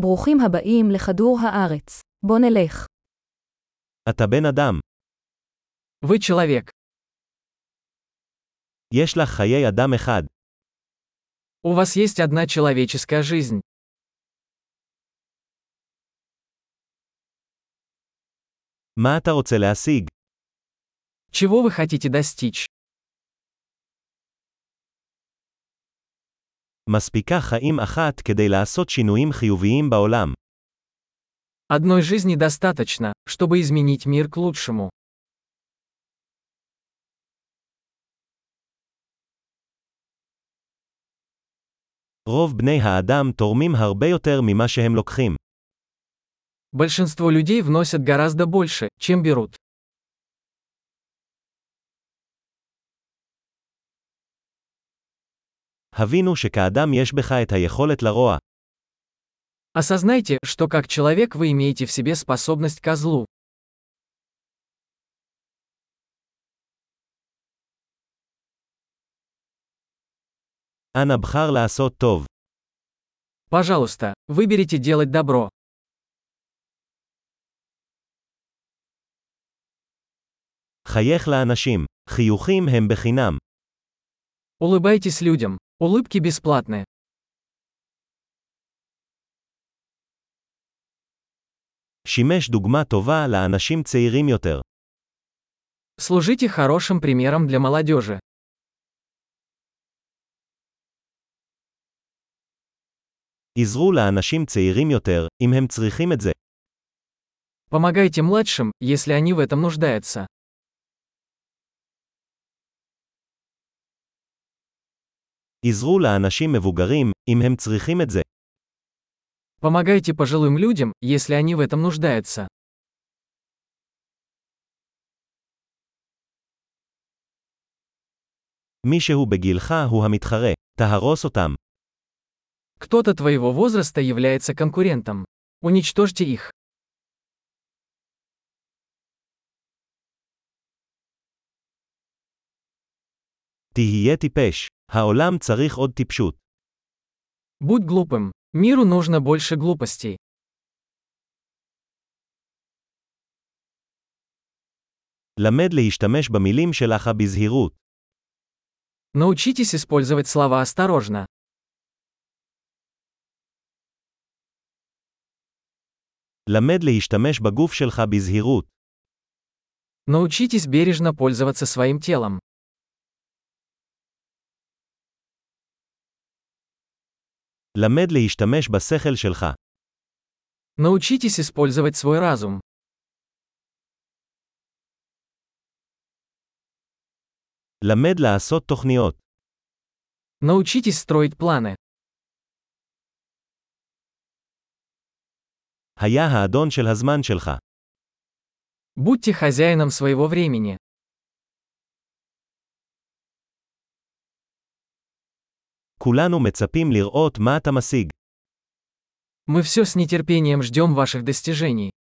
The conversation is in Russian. ברוכים הבאים לכדור הארץ. בוא נלך. אתה בן אדם. Вы человек. יש לך חיי אדם אחד. У вас есть одна человеческая жизнь. מה אתה רוצה להשיג? Чего вы хотите достичь? מספיקה חיים אחת כדי לעשות שינויים חיוביים בעולם. Одной жизни достаточно, чтобы изменить мир к лучшему. רוב בני האדם תורמים הרבה יותר ממה שהם לוקחים. Большинство людей вносят гораздо больше, чем берут. הבינו שכאדם יש בך את היכולת לרוע. Осознайте, что как человек вы имеете в себе способность ко злу. אנא בחר לעשות טוב. Пожалуйста, выберите делать добро. חייך לאנשים. חיוכים הם בחינם. Улыбайтесь людям. Улыбки бесплатны. שימש דוגמה טובה לאנשים צעירים יותר. Служите хорошим примером для молодежи. עזרו לאנשים צעירים יותר, אם הם צריכים את זה. Помогайте младшим, если они в этом нуждаются. עזרו לאנשים מבוגרים, אם הם צריכים את זה. Помогайте пожилым людям, если они в этом нуждаются. מישהו בגילך הוא המתחרה. תהרוס אותם. Кто-то твоего возраста является конкурентом. Уничтожьте их. תהיה טיפש. העולם צריך עוד טיפשות. Будь глупым. Миру нужно больше глупостей. למד להשתמש במילים שלך בזהירות. Научитесь использовать слова осторожно. למד להשתמש בגוף שלך בזהירות. Научитесь бережно пользоваться своим телом. למד להשתמש בשכל שלך. Научитесь использовать свой разум. למד לעשות תוכניות. Научитесь строить планы. היה האדון של הזמן שלך. Будьте хозяином своего времени. כולנו מצפים לראות מה אתה משיג. Мы все с нетерпением ждем ваших достижений.